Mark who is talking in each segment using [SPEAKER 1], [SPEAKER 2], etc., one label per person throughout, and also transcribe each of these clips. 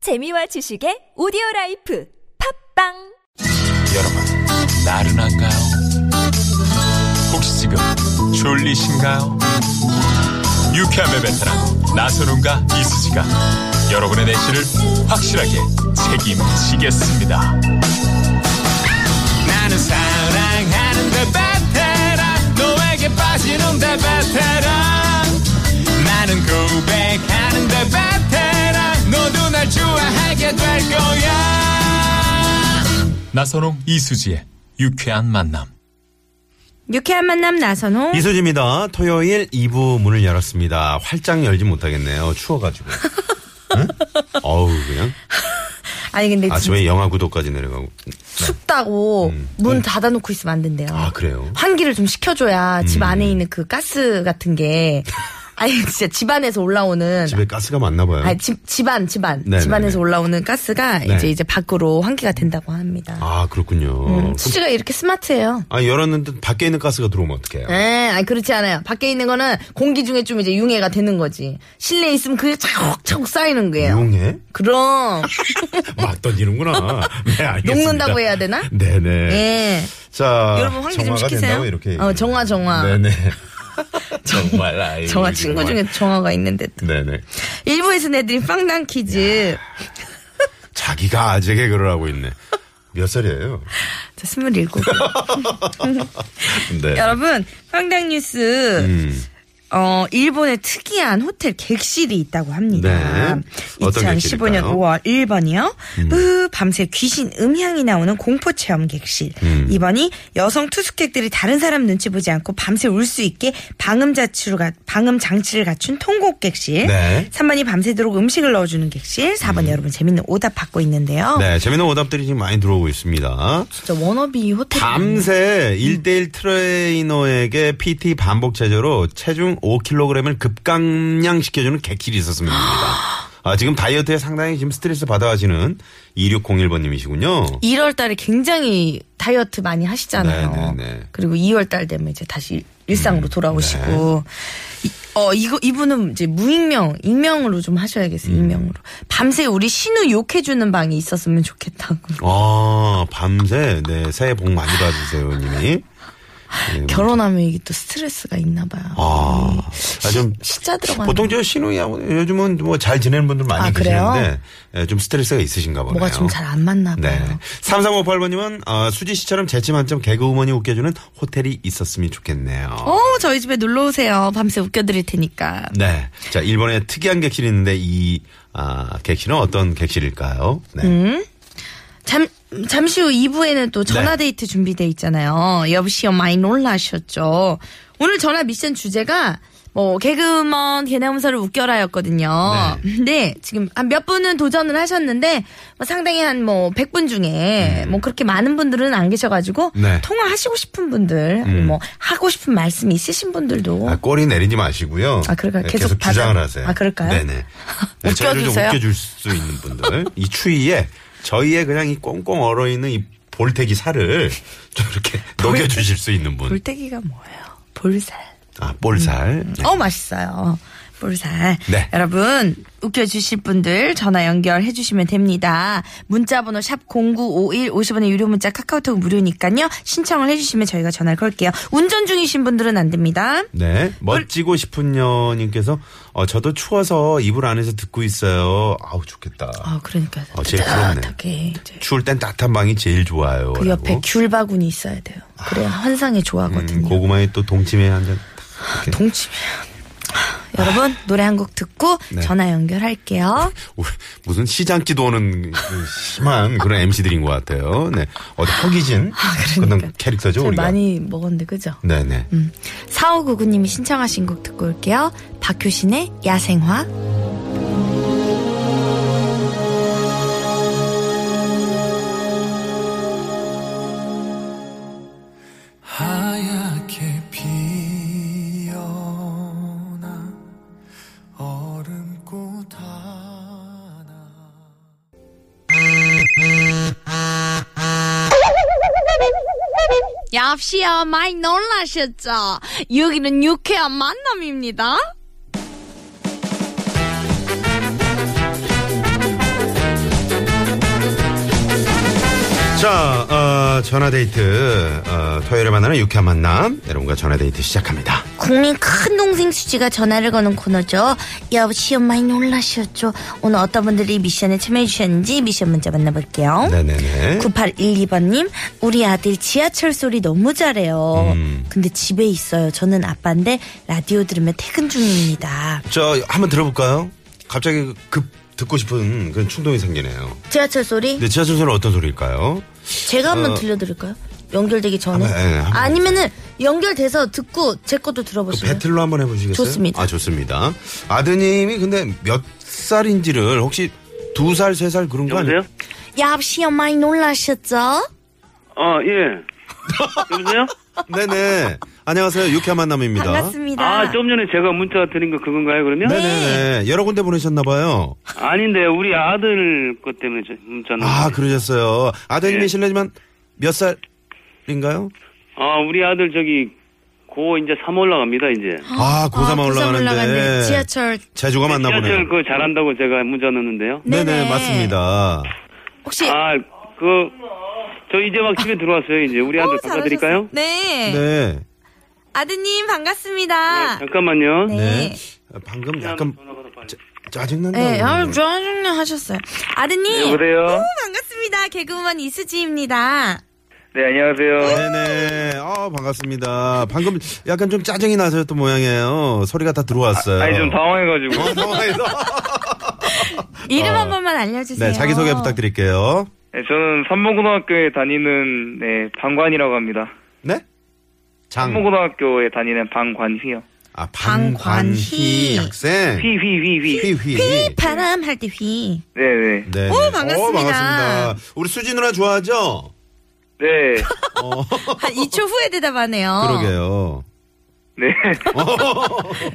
[SPEAKER 1] 재미와 지식의 오디오 라이프 팝빵
[SPEAKER 2] 여러분, 나른한가요? 혹시 지금 졸리신가요? 유쾌함의 베테랑 나선웅과 이수지가 여러분의 내실을 확실하게 책임지겠습니다. 나는 사랑하는데 베테랑 너에게 빠지는데 베테랑 나는 고백하는데 베테랑 너도 날 좋아하게 될 거야. 나선홍 이수지의 유쾌한 만남.
[SPEAKER 3] 유쾌한 만남 나선홍.
[SPEAKER 4] 이수지입니다. 토요일 2부 문을 열었습니다. 활짝 열지 못하겠네요. 추워가지고. 응? 어우, 그냥.
[SPEAKER 3] 아니 근데 진짜
[SPEAKER 4] 아침에 영하 9도까지 내려가고.
[SPEAKER 3] 춥다고 문 닫아놓고 있으면 안 된대요.
[SPEAKER 4] 음. 아, 그래요? 음.
[SPEAKER 3] 환기를 좀 시켜줘야 집 안에 있는 그 가스 같은 게 아니 진짜 집 안에서 올라오는
[SPEAKER 4] 집에 가스가 많나 봐요.
[SPEAKER 3] 아니 집 집안 집안
[SPEAKER 4] 네,
[SPEAKER 3] 집
[SPEAKER 4] 네,
[SPEAKER 3] 안에서
[SPEAKER 4] 네.
[SPEAKER 3] 올라오는 가스가 이제 이제 밖으로 환기가 된다고 합니다.
[SPEAKER 4] 아, 그렇군요. 그럼-
[SPEAKER 3] 수지가 이렇게 스마트해요.
[SPEAKER 4] 아, 열었는데 밖에 있는 가스가 들어오면 어떡해요?
[SPEAKER 3] 에, 아니 그렇지 않아요. 밖에 있는 거는 공기 중에 좀 이제 융해가 되는 거지. 실내에 있으면 그게 차곡차곡 쌓이는 거예요.
[SPEAKER 4] 용해?
[SPEAKER 3] 그럼
[SPEAKER 4] 막 던지는구나. 네, 알겠습니다.
[SPEAKER 3] 녹는다고 해야 되나?
[SPEAKER 4] 네네.
[SPEAKER 3] 예.
[SPEAKER 4] 자.
[SPEAKER 3] 여러분 환기 좀
[SPEAKER 4] 정화가
[SPEAKER 3] 시키세요.
[SPEAKER 4] 된다고 이렇게.
[SPEAKER 3] 어, 정화, 정화.
[SPEAKER 4] 네네. 정말 아이.
[SPEAKER 3] 정화 친구 중에 정화가 있는데 또.
[SPEAKER 4] 네네.
[SPEAKER 3] 일부에서 내드린 빵당 퀴즈.
[SPEAKER 4] 자기가 아재게 그을 하고 있네. 몇 살이에요?
[SPEAKER 3] 저 27.
[SPEAKER 4] 네.
[SPEAKER 3] 여러분, 빵당 뉴스.
[SPEAKER 4] 음.
[SPEAKER 3] 어, 일본의 특이한 호텔 객실이 있다고 합니다.
[SPEAKER 4] 네. 어떤
[SPEAKER 3] 2015년
[SPEAKER 4] 객실일까요? 음.
[SPEAKER 3] 5월 1번이요. 으, 밤새 귀신 음향이 나오는 공포 체험 객실.
[SPEAKER 4] 음.
[SPEAKER 3] 2번이 여성 투숙객들이 다른 사람 눈치 보지 않고 밤새 울 수 있게 방음 자치로 가, 방음 장치를 갖춘 통곡 객실.
[SPEAKER 4] 네. 음.
[SPEAKER 3] 3번이 밤새도록 음식을 넣어주는 객실. 4번 여러분 재밌는 오답 받고 있는데요.
[SPEAKER 4] 네, 재밌는 오답들이 지금 많이 들어오고 있습니다.
[SPEAKER 3] 진짜 원어비 호텔.
[SPEAKER 4] 밤새 1대1 트레이너에게 PT 반복 체조로 체중 5kg을 급감량 시켜주는 객실이 있었습니다. 아, 지금 다이어트에 상당히 지금 스트레스 받아하시는 2601번님이시군요.
[SPEAKER 3] 1월 달에 굉장히 다이어트 많이 하시잖아요.
[SPEAKER 4] 네, 음, 네, 네.
[SPEAKER 3] 그리고 2월 달 되면 이제 다시 일상으로 돌아오시고.
[SPEAKER 4] 네.
[SPEAKER 3] 이, 어, 이거, 이분은 이제 무익명, 익명으로 좀 하셔야겠어요,
[SPEAKER 4] 음.
[SPEAKER 3] 익명으로. 밤새 우리 신우 욕해주는 방이 있었으면 좋겠다고.
[SPEAKER 4] 아, 밤새, 네, 새해 복 많이 받으세요, 님이.
[SPEAKER 3] 결혼하면 이게 또 스트레스가 있나 봐요.
[SPEAKER 4] 아, 아, 좀.
[SPEAKER 3] 시자 들어가는.
[SPEAKER 4] 보통 저 신우야, 요즘은 뭐 잘 지내는 분들 많이
[SPEAKER 3] 아, 그래요?
[SPEAKER 4] 계시는데, 예, 좀 스트레스가 있으신가 보네요.
[SPEAKER 3] 뭐가 좀 잘 안 맞나 봐요.
[SPEAKER 4] 네. 3358번님은 어, 수지 씨처럼 재치만점 개그우먼이 웃겨주는 호텔이 있었으면 좋겠네요.
[SPEAKER 3] 어, 저희 집에 놀러 오세요. 밤새 웃겨드릴 테니까.
[SPEAKER 4] 네. 자, 일본에 특이한 객실이 있는데 이 아, 객실은 어떤 객실일까요? 네.
[SPEAKER 3] 음? 잠, 잠시 후 2부에는 또
[SPEAKER 4] 네.
[SPEAKER 3] 전화데이트 준비돼 있잖아요. 여보시요 많이 놀라셨죠? 오늘 전화 미션 주제가 뭐 개그먼 개나운서를 웃겨라였거든요.
[SPEAKER 4] 네.
[SPEAKER 3] 근데 지금 한 몇 분은 도전을 하셨는데 뭐 상당히 한 뭐 100분 중에 뭐 그렇게 많은 분들은 안 계셔가지고
[SPEAKER 4] 음. 네. 음.
[SPEAKER 3] 통화하시고 싶은 분들 뭐 하고 싶은 말씀이 있으신 분들도
[SPEAKER 4] 아, 꼬리 내리지 마시고요.
[SPEAKER 3] 아, 그럴까요?
[SPEAKER 4] 네,
[SPEAKER 3] 계속
[SPEAKER 4] 계속,
[SPEAKER 3] 받아-
[SPEAKER 4] 주장을 하세요.
[SPEAKER 3] 아, 그럴까요?
[SPEAKER 4] 네네. 네, 저희를 좀
[SPEAKER 3] 웃겨주세요.
[SPEAKER 4] 웃겨줄 수 있는 분들. 이 추위에 저희의 그냥 이 꽁꽁 얼어있는 이 볼태기 살을 좀 이렇게 녹여주실 수 있는 분.
[SPEAKER 3] 볼때기가 뭐예요? 볼살.
[SPEAKER 4] 아, 볼살. 네.
[SPEAKER 3] 어 맛있어요. 볼살.
[SPEAKER 4] 네.
[SPEAKER 3] 여러분 웃겨주실 분들 전화 연결해 주시면 됩니다. 문자번호 샵 #0951 50원의 유료 문자 카카오톡 무료니까요. 신청을 해주시면 저희가 전화를 걸게요. 운전 중이신 분들은 안 됩니다.
[SPEAKER 4] 네. 멋지고 싶은 여님께서 어, 저도 추워서 이불 안에서 듣고 있어요. 아우 좋겠다.
[SPEAKER 3] 아 그러니까
[SPEAKER 4] 어, 제일 부럽네.
[SPEAKER 3] 따뜻하게 이제
[SPEAKER 4] 추울 땐 따뜻한 방이 제일 좋아요.
[SPEAKER 3] 그 옆에 귤 바구니 있어야 돼요.
[SPEAKER 4] 아.
[SPEAKER 3] 그래야 환상에 좋아하거든요.
[SPEAKER 4] 음, 고구마에 또 동치미 한 잔.
[SPEAKER 3] 동치면
[SPEAKER 4] 아.
[SPEAKER 3] 여러분 노래 한 곡 듣고
[SPEAKER 4] 네.
[SPEAKER 3] 전화 연결할게요.
[SPEAKER 4] 우리 무슨 시장지도 오는 그 심한 그런 MC들인 것 같아요. 네. 어디 허기진 그런 캐릭터죠
[SPEAKER 3] 아, 저희
[SPEAKER 4] 우리가.
[SPEAKER 3] 많이 음. 먹었는데 그죠?
[SPEAKER 4] 네네.
[SPEAKER 3] 4599님이 신청하신 곡 듣고 올게요. 박효신의 야생화.
[SPEAKER 5] 하얗게 피어나 얼음꽃 하나
[SPEAKER 3] 역시요, 많이 놀라셨죠? 여기는 유쾌한 만남입니다.
[SPEAKER 4] 자, 어, 전화데이트, 어, 토요일에 만나는 유쾌한 만남. 여러분과 전화데이트 시작합니다.
[SPEAKER 3] 국민 큰 동생 수지가 전화를 거는 코너죠. 여보시요 많이 놀라셨죠? 오늘 어떤 분들이 미션에 참여해 주셨는지 미션 문제 만나볼게요.
[SPEAKER 4] 네네네.
[SPEAKER 3] 9812번님, 우리 아들 지하철 소리 너무 잘해요.
[SPEAKER 4] 음.
[SPEAKER 3] 근데 집에 있어요. 저는 아빠인데 라디오 들으면 퇴근 중입니다.
[SPEAKER 4] 저, 한번 들어볼까요? 갑자기 급 듣고 싶은 그런 충동이 생기네요.
[SPEAKER 3] 지하철 소리?
[SPEAKER 4] 근데 지하철 소리는 어떤 소리일까요?
[SPEAKER 3] 제가 한번
[SPEAKER 4] 어.
[SPEAKER 3] 들려드릴까요? 연결되기 전에?
[SPEAKER 4] 한번, 예, 한번
[SPEAKER 3] 아니면은 연결돼서 듣고 제 것도
[SPEAKER 4] 그
[SPEAKER 3] 들어보세요.
[SPEAKER 4] 배틀로 한번 해보시겠어요?
[SPEAKER 3] 네. 좋습니다.
[SPEAKER 4] 아, 좋습니다. 아드님이 근데 몇 살인지를 혹시 두 살, 세 살 그런 거 아니에요?
[SPEAKER 6] 여보세요?
[SPEAKER 3] 여보시요 많이 놀라셨죠?
[SPEAKER 6] 아, 예. 여보세요?
[SPEAKER 4] 네네. 안녕하세요. 유쾌한 만남입니다.
[SPEAKER 3] 반갑습니다.
[SPEAKER 6] 아, 좀 전에 제가 문자 드린 거 그건가요, 그러면?
[SPEAKER 4] 네네네. 여러 군데 보내셨나봐요.
[SPEAKER 6] 아닌데, 우리 아들 것 때문에 저 문자 넣은
[SPEAKER 4] 아,
[SPEAKER 3] 음.
[SPEAKER 6] 거예요.
[SPEAKER 4] 그러셨어요. 아드님이
[SPEAKER 6] 예.
[SPEAKER 4] 실례지만 몇 살인가요?
[SPEAKER 6] 아, 우리 아들 저기, 고 이제 3 올라갑니다, 이제.
[SPEAKER 3] 아,
[SPEAKER 4] 아, 고3
[SPEAKER 3] 고삼 올라가는데
[SPEAKER 4] 올라가는데.
[SPEAKER 3] 지하철.
[SPEAKER 4] 제주가 맞나
[SPEAKER 6] 지하철
[SPEAKER 4] 보네요.
[SPEAKER 6] 그거 잘한다고 제가 문자 넣었는데요.
[SPEAKER 4] 네네,
[SPEAKER 3] 네네.
[SPEAKER 4] 맞습니다.
[SPEAKER 3] 혹시
[SPEAKER 6] 아, 그, 저 이제 막 집에 들어왔어요, 이제. 우리 아들
[SPEAKER 3] 어,
[SPEAKER 6] 바꿔드릴까요?
[SPEAKER 3] 잘하셨어요. 네.
[SPEAKER 4] 네.
[SPEAKER 3] 아드님 반갑습니다.
[SPEAKER 6] 잠깐만요.
[SPEAKER 4] 네. 방금 약간 짜증난다.
[SPEAKER 3] 네, 아유, 짜증나 하셨어요. 아드님.
[SPEAKER 6] 네, 여보세요?
[SPEAKER 3] 오, 반갑습니다. 개그우먼 이수지입니다.
[SPEAKER 6] 네, 안녕하세요.
[SPEAKER 4] 네네. 아, 반갑습니다. 방금 약간 좀 짜증이 나셨던 모양이에요. 소리가 다 들어왔어요.
[SPEAKER 6] 당황해가지고.
[SPEAKER 4] 네. 어, 당황해서.
[SPEAKER 3] 이름
[SPEAKER 4] 어.
[SPEAKER 3] 한 번만 알려주세요.
[SPEAKER 4] 네, 자기소개 부탁드릴게요.
[SPEAKER 6] 네, 저는 삼봉고등학교에 다니는, 네, 방관이라고 합니다.
[SPEAKER 4] 네? 장.
[SPEAKER 6] 삼봉고등학교에 다니는 방관희요.
[SPEAKER 4] 아, 방관희
[SPEAKER 3] 방관희.
[SPEAKER 4] 학생.
[SPEAKER 6] 휘휘휘휘.
[SPEAKER 4] 휘휘.
[SPEAKER 3] 바람 할 때 휘.
[SPEAKER 6] 네네.
[SPEAKER 4] 네.
[SPEAKER 3] 오, 반갑습니다.
[SPEAKER 4] 우리 수지 누나 좋아하죠?
[SPEAKER 6] 네.
[SPEAKER 3] 한 2초 후에 대답하네요.
[SPEAKER 4] 그러게요.
[SPEAKER 6] 네.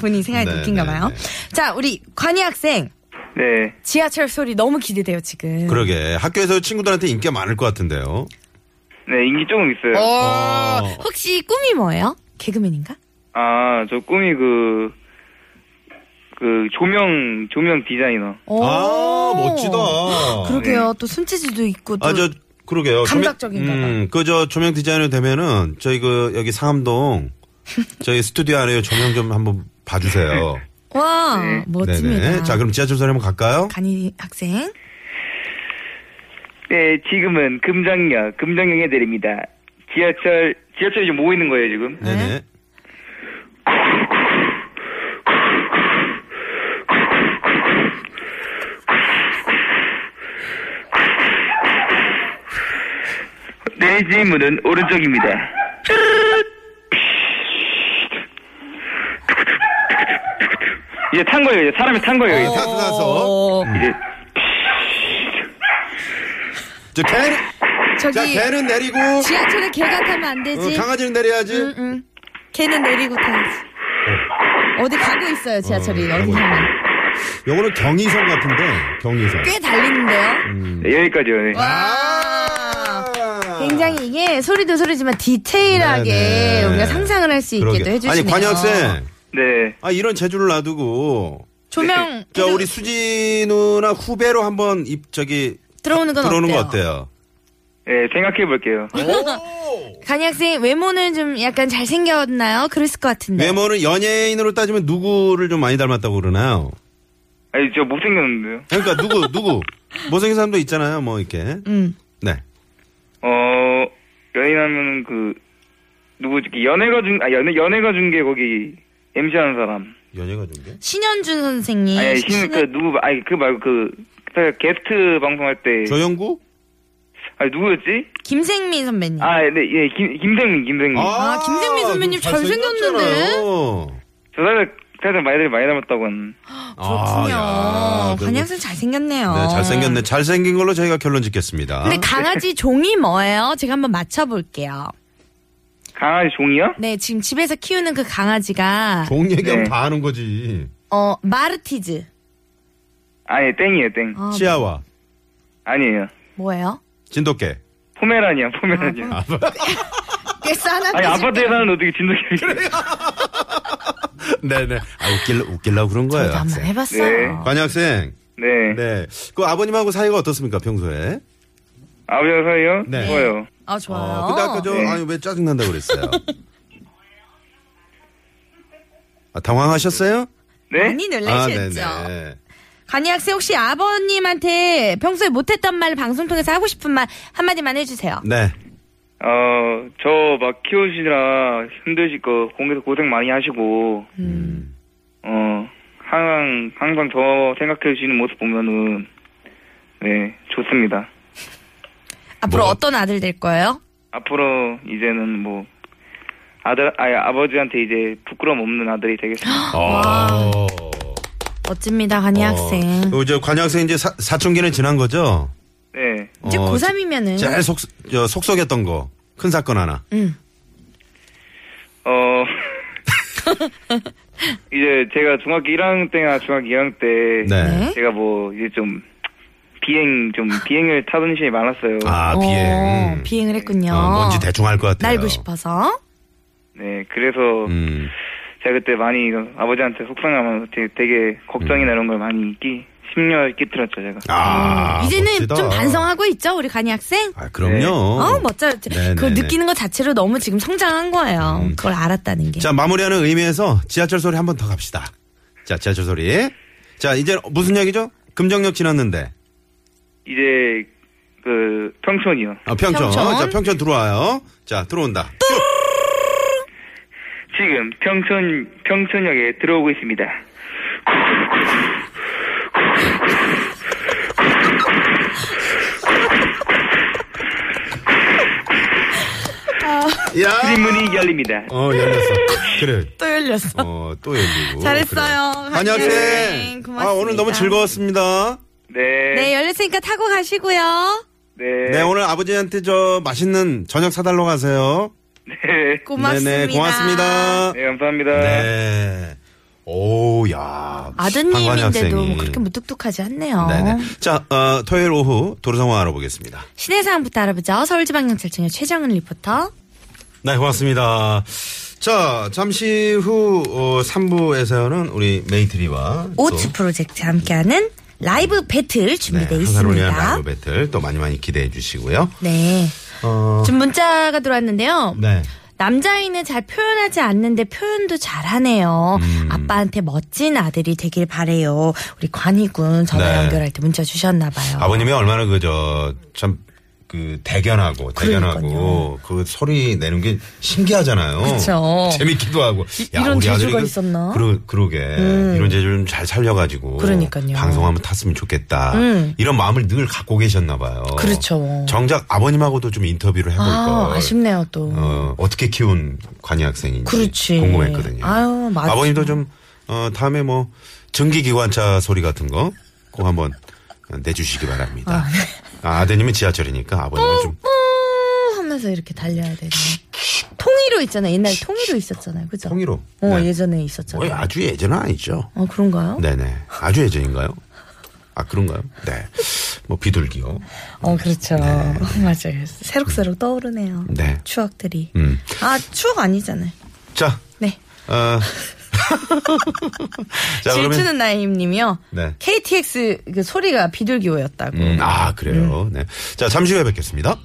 [SPEAKER 3] 본인 생각이
[SPEAKER 4] 네,
[SPEAKER 3] 웃긴가
[SPEAKER 4] 네,
[SPEAKER 3] 봐요.
[SPEAKER 4] 네.
[SPEAKER 3] 자, 우리 관희 학생.
[SPEAKER 6] 네.
[SPEAKER 3] 지하철 소리 너무 기대돼요, 지금.
[SPEAKER 4] 그러게. 학교에서 친구들한테 인기가 많을 것 같은데요.
[SPEAKER 6] 네, 인기 조금 있어요.
[SPEAKER 3] 어,
[SPEAKER 4] 어.
[SPEAKER 3] 혹시 꿈이 뭐예요? 개그맨인가?
[SPEAKER 6] 아, 저 꿈이 그, 그, 조명, 조명 디자이너.
[SPEAKER 3] 오.
[SPEAKER 4] 아, 멋지다. 네.
[SPEAKER 3] 그러게요. 또 손재주도 있고 또
[SPEAKER 4] 아, 저, 그러게요.
[SPEAKER 3] 감각적인가 봐요.
[SPEAKER 4] 음, 그, 저, 조명 디자이너 되면은, 저희 그, 여기 상암동, 저희 스튜디오 안에 조명 좀 한번 봐주세요.
[SPEAKER 3] 와,
[SPEAKER 6] 네.
[SPEAKER 3] 멋집니다.
[SPEAKER 4] 자, 그럼 지하철 소리 한번 갈까요?
[SPEAKER 3] 간이 학생.
[SPEAKER 6] 네, 지금은 금장역, 금장역 해드립니다. 지하철, 지하철이 지금 뭐 있는 거예요, 지금?
[SPEAKER 4] 네네.
[SPEAKER 6] 내지 문은 오른쪽입니다. 이제 탄 거예요, 이제 사람이 탄 거예요. 이제.
[SPEAKER 4] 타서 타서.
[SPEAKER 3] 어,
[SPEAKER 4] 저,
[SPEAKER 6] 이제
[SPEAKER 4] 개는, 자,
[SPEAKER 3] 저기
[SPEAKER 4] 개는 내리고, 어,
[SPEAKER 3] 지하철에 개가 타면 안 되지. 음,
[SPEAKER 4] 강아지는 내려야지.
[SPEAKER 3] 응, 응. 개는 내리고 타야지. 어디 가고 있어요, 지하철이.
[SPEAKER 4] 어,
[SPEAKER 3] 여기
[SPEAKER 4] 가고
[SPEAKER 3] 가면.
[SPEAKER 4] 요거는 경의선 같은데, 경의선.
[SPEAKER 3] 꽤 달리는데요.
[SPEAKER 6] 네, 여기까지요. 네.
[SPEAKER 4] 아!
[SPEAKER 3] 와. 아, 굉장히 이게 소리도 소리지만 디테일하게
[SPEAKER 4] 네네.
[SPEAKER 3] 우리가 상상을 할 수 있게
[SPEAKER 4] 그러게.
[SPEAKER 3] 도 해주시네요.
[SPEAKER 4] 아니, 관여 학생.
[SPEAKER 6] 네.
[SPEAKER 4] 아, 이런 재주를 놔두고,
[SPEAKER 3] 조명
[SPEAKER 4] 저, 우리 수지 누나 후배로 한번 입, 저기,
[SPEAKER 3] 들어오는 건
[SPEAKER 4] 들어오는
[SPEAKER 3] 어때요?
[SPEAKER 4] 거 어때요?
[SPEAKER 6] 네, 생각해 볼게요.
[SPEAKER 3] 간이 학생 외모는 좀 약간 잘생겼나요? 그랬을 것 같은데.
[SPEAKER 4] 외모는 연예인으로 따지면 누구를 좀 많이 닮았다고 그러나요?
[SPEAKER 6] 아니, 저 못생겼는데요.
[SPEAKER 4] 그러니까 누구 누구 못생긴 사람도 있잖아요, 뭐 이렇게.
[SPEAKER 3] 음.
[SPEAKER 4] 네.
[SPEAKER 6] 어, 연인하면은 그, 누구지? 그 연애가 중, 아, 연애, 연애가 중계 거기, MC 하는 사람.
[SPEAKER 4] 연예가 중계?
[SPEAKER 3] 신현준 선생님.
[SPEAKER 6] 아니, 신, 그, 누구, 아니, 그 말고 그, 그 게스트 방송할 때.
[SPEAKER 4] 조영구?
[SPEAKER 6] 아니, 누구였지?
[SPEAKER 3] 김생민 선배님.
[SPEAKER 6] 아, 네, 예, 김, 김생민, 김생민.
[SPEAKER 3] 아, 김생민 선배님 잘생겼는데?
[SPEAKER 4] 잘생겼잖아요.
[SPEAKER 6] 저 사실, 사실 많이들 많이 닮았다고 하는.
[SPEAKER 3] 그렇군요.
[SPEAKER 4] 아, 야,
[SPEAKER 3] 관이
[SPEAKER 4] 그리고-
[SPEAKER 3] 어, 학생 잘생겼네요.
[SPEAKER 4] 네, 잘생겼네. 잘생긴 걸로 저희가 결론 짓겠습니다.
[SPEAKER 3] 근데 강아지 종이 뭐예요? 제가 한번 맞춰볼게요.
[SPEAKER 6] 강아지 종이요?
[SPEAKER 3] 네, 지금 집에서 키우는 그 강아지가
[SPEAKER 4] 종 얘기하면
[SPEAKER 6] 네.
[SPEAKER 4] 다 아는 거지.
[SPEAKER 3] 어 마르티즈.
[SPEAKER 6] 아니, 땡이에요, 땡.
[SPEAKER 3] 아,
[SPEAKER 4] 치아와
[SPEAKER 6] 아니에요.
[SPEAKER 3] 뭐예요?
[SPEAKER 4] 진돗개.
[SPEAKER 6] 포메라니아, 포메라니아. 아,
[SPEAKER 3] 꽤싸나
[SPEAKER 6] 니 아파트에 사는 어떻게 진돗개.
[SPEAKER 4] 네네. 아, 웃길 웃길라 그런 거예요.
[SPEAKER 3] 저도 네, 한번
[SPEAKER 4] 학생.
[SPEAKER 3] 해봤어요.
[SPEAKER 4] 관여 학생.
[SPEAKER 6] 네.
[SPEAKER 4] 네. 그 아버님하고 사이가 어떻습니까 평소에?
[SPEAKER 6] 아버지와 사이요?
[SPEAKER 4] 네.
[SPEAKER 6] 좋아요.
[SPEAKER 3] 아, 좋아요.
[SPEAKER 4] 어, 근데 아까 저 아니 왜 짜증 난다고 그랬어요? 아, 당황하셨어요? 아,
[SPEAKER 6] 네?
[SPEAKER 3] 많이 놀라셨죠? 간이 학생 혹시 아버님한테 평소에 못했던 말 방송 통해서 하고 싶은 말 한마디만 해주세요.
[SPEAKER 4] 네.
[SPEAKER 6] 어, 저 막 키우시느라 힘드실 거, 공에서 고생 많이 하시고,
[SPEAKER 4] 음.
[SPEAKER 6] 어, 항상, 항상 저 생각해 주시는 모습 보면은, 네, 좋습니다.
[SPEAKER 3] 앞으로
[SPEAKER 4] 뭐?
[SPEAKER 3] 어떤 아들 될 거예요?
[SPEAKER 6] 앞으로 이제는 뭐, 아들, 아니, 아버지한테 이제 부끄럼 없는 아들이 되겠습니다.
[SPEAKER 3] 네.
[SPEAKER 4] 어.
[SPEAKER 3] 멋집니다, 간이 학생.
[SPEAKER 4] 어, 저 관여학생 이제 사, 사춘기는 지난 거죠?
[SPEAKER 6] 네.
[SPEAKER 3] 이제
[SPEAKER 4] 어,
[SPEAKER 3] 고3이면은.
[SPEAKER 4] 제일 속, 저, 속속했던 거. 큰 사건 하나.
[SPEAKER 3] 음.
[SPEAKER 6] 어, 이제 제가 중학교 1학년 때나 중학교 2학년 때,
[SPEAKER 4] 네.
[SPEAKER 6] 제가 뭐, 이제 좀, 비행, 좀, 비행을 타던 시간이 많았어요.
[SPEAKER 4] 아, 비행.
[SPEAKER 3] 어, 비행을 했군요.
[SPEAKER 4] 어, 뭔지 대충 알 것 같아요.
[SPEAKER 3] 날고 싶어서.
[SPEAKER 6] 네, 그래서,
[SPEAKER 4] 음.
[SPEAKER 6] 제가 그때 많이 아버지한테 속상하면 되게, 되게 걱정이나 이런 걸 많이 있기 심려 끼들었죠 제가.
[SPEAKER 4] 아.
[SPEAKER 3] 음, 이제는
[SPEAKER 4] 멋지다.
[SPEAKER 3] 좀 반성하고 있죠, 우리 간이 학생?
[SPEAKER 4] 아,
[SPEAKER 6] 네.
[SPEAKER 4] 그럼요.
[SPEAKER 3] 어, 멋져요.
[SPEAKER 4] 네,
[SPEAKER 3] 그걸
[SPEAKER 4] 네, 네.
[SPEAKER 3] 느끼는 것 자체로 너무 지금 성장한 거예요. 그걸 알았다는 게.
[SPEAKER 4] 자, 마무리하는 의미에서 지하철 소리 한 번 더 갑시다. 자, 지하철 소리. 자, 이제 무슨 얘기죠? 금정역 지났는데.
[SPEAKER 6] 이제 그 평촌이요.
[SPEAKER 4] 아, 평촌.
[SPEAKER 3] 평촌.
[SPEAKER 4] 자, 평촌 들어와요. 자, 들어온다.
[SPEAKER 6] 지금 평촌 평촌역에 들어오고 있습니다.
[SPEAKER 4] 야!
[SPEAKER 6] 문이 열립니다.
[SPEAKER 4] 어, 열렸어. 그래.
[SPEAKER 3] 또 열렸어.
[SPEAKER 4] 어, 또 열리고.
[SPEAKER 3] 잘했어요.
[SPEAKER 4] 그래. 한여 학생.
[SPEAKER 3] 네, 고맙습니다.
[SPEAKER 4] 아, 오늘 너무 즐거웠습니다.
[SPEAKER 3] 네,
[SPEAKER 6] 네.
[SPEAKER 3] 열렸으니까 타고 가시고요.
[SPEAKER 6] 네.
[SPEAKER 4] 네, 오늘 아버지한테 저 맛있는 저녁 사달러 가세요.
[SPEAKER 6] 네.
[SPEAKER 3] 고맙습니다.
[SPEAKER 4] 네네, 고맙습니다.
[SPEAKER 6] 네, 감사합니다.
[SPEAKER 4] 네. 오, 야. 방관여학생이.
[SPEAKER 3] 아드님인데도 뭐 그렇게 무뚝뚝하지 않네요.
[SPEAKER 4] 네네. 자, 어, 토요일 오후 도로 상황 알아보겠습니다.
[SPEAKER 3] 시내 상황부터 알아보죠. 서울지방경찰청의 최정은 리포터.
[SPEAKER 4] 네, 고맙습니다. 자, 잠시 후 어, 3부에서는 우리 메이트리와 또
[SPEAKER 3] 오츠 프로젝트 함께하는 라이브 배틀
[SPEAKER 4] 네,
[SPEAKER 3] 준비되어
[SPEAKER 4] 한산을 위한
[SPEAKER 3] 있습니다.
[SPEAKER 4] 라이브 배틀 또 많이 많이 기대해 주시고요.
[SPEAKER 3] 네.
[SPEAKER 4] 어,
[SPEAKER 3] 지금 문자가 들어왔는데요.
[SPEAKER 4] 네.
[SPEAKER 3] 남자아이는 잘 표현하지 않는데 표현도 잘하네요.
[SPEAKER 4] 음.
[SPEAKER 3] 아빠한테 멋진 아들이 되길 바래요. 우리 관희군 전화
[SPEAKER 4] 네.
[SPEAKER 3] 연결할 때 문자 주셨나 봐요.
[SPEAKER 4] 아버님이 얼마나 그 그저참 그 대견하고 대견하고
[SPEAKER 3] 그러니까요.
[SPEAKER 4] 그 소리 내는 게 신기하잖아요.
[SPEAKER 3] 그쵸.
[SPEAKER 4] 재밌기도 하고
[SPEAKER 3] 이런
[SPEAKER 4] 우리 아들이
[SPEAKER 3] 재주가
[SPEAKER 4] 그-
[SPEAKER 3] 있었나? 음.
[SPEAKER 4] 그러, 그러게 이런 재주를 좀 잘 살려가지고
[SPEAKER 3] 그러니까요.
[SPEAKER 4] 방송 한번 탔으면 좋겠다. 이런 마음을 늘 갖고 계셨나 봐요.
[SPEAKER 3] 그렇죠.
[SPEAKER 4] 정작 아버님하고도 좀 인터뷰를 해볼
[SPEAKER 3] 아,
[SPEAKER 4] 걸.
[SPEAKER 3] 아쉽네요 또.
[SPEAKER 4] 어, 어떻게 키운 관이 학생인지
[SPEAKER 3] 그렇지.
[SPEAKER 4] 궁금했거든요.
[SPEAKER 3] 아유, 맞아.
[SPEAKER 4] 버님도좀 어, 다음에 뭐 전기기관차 소리 같은 거 꼭 한번 내주시기 바랍니다.
[SPEAKER 3] 네.
[SPEAKER 4] 아, 드님은 지하철이니까 아버님은 좀
[SPEAKER 3] 어, 뿌 하면서 이렇게 달려야 되네. 통일호 있잖아. 요 옛날 통일호 있었잖아요. 그죠?
[SPEAKER 4] 통일호.
[SPEAKER 3] 어,
[SPEAKER 4] 네.
[SPEAKER 3] 예전에
[SPEAKER 4] 거의
[SPEAKER 3] 있었잖아요.
[SPEAKER 4] 아주 예전은 아니죠.
[SPEAKER 3] 어, 그런가요?
[SPEAKER 4] 네네. 아주 예전인가요? 아 그런가요? 네. 뭐 비둘기요.
[SPEAKER 3] 어, 그렇죠. 맞아요. 새록새록 떠오르네요.
[SPEAKER 4] 네.
[SPEAKER 3] 추억들이.
[SPEAKER 4] 음.
[SPEAKER 3] 아, 추억 아니잖아요.
[SPEAKER 4] 자,
[SPEAKER 3] 네.
[SPEAKER 4] 어. 자
[SPEAKER 3] 질투는 나임님이요.
[SPEAKER 4] 네.
[SPEAKER 3] KTX 그 소리가 비둘기호였다고. 음.
[SPEAKER 4] 음, 아 그래요. 네. 자 잠시 후에 뵙겠습니다.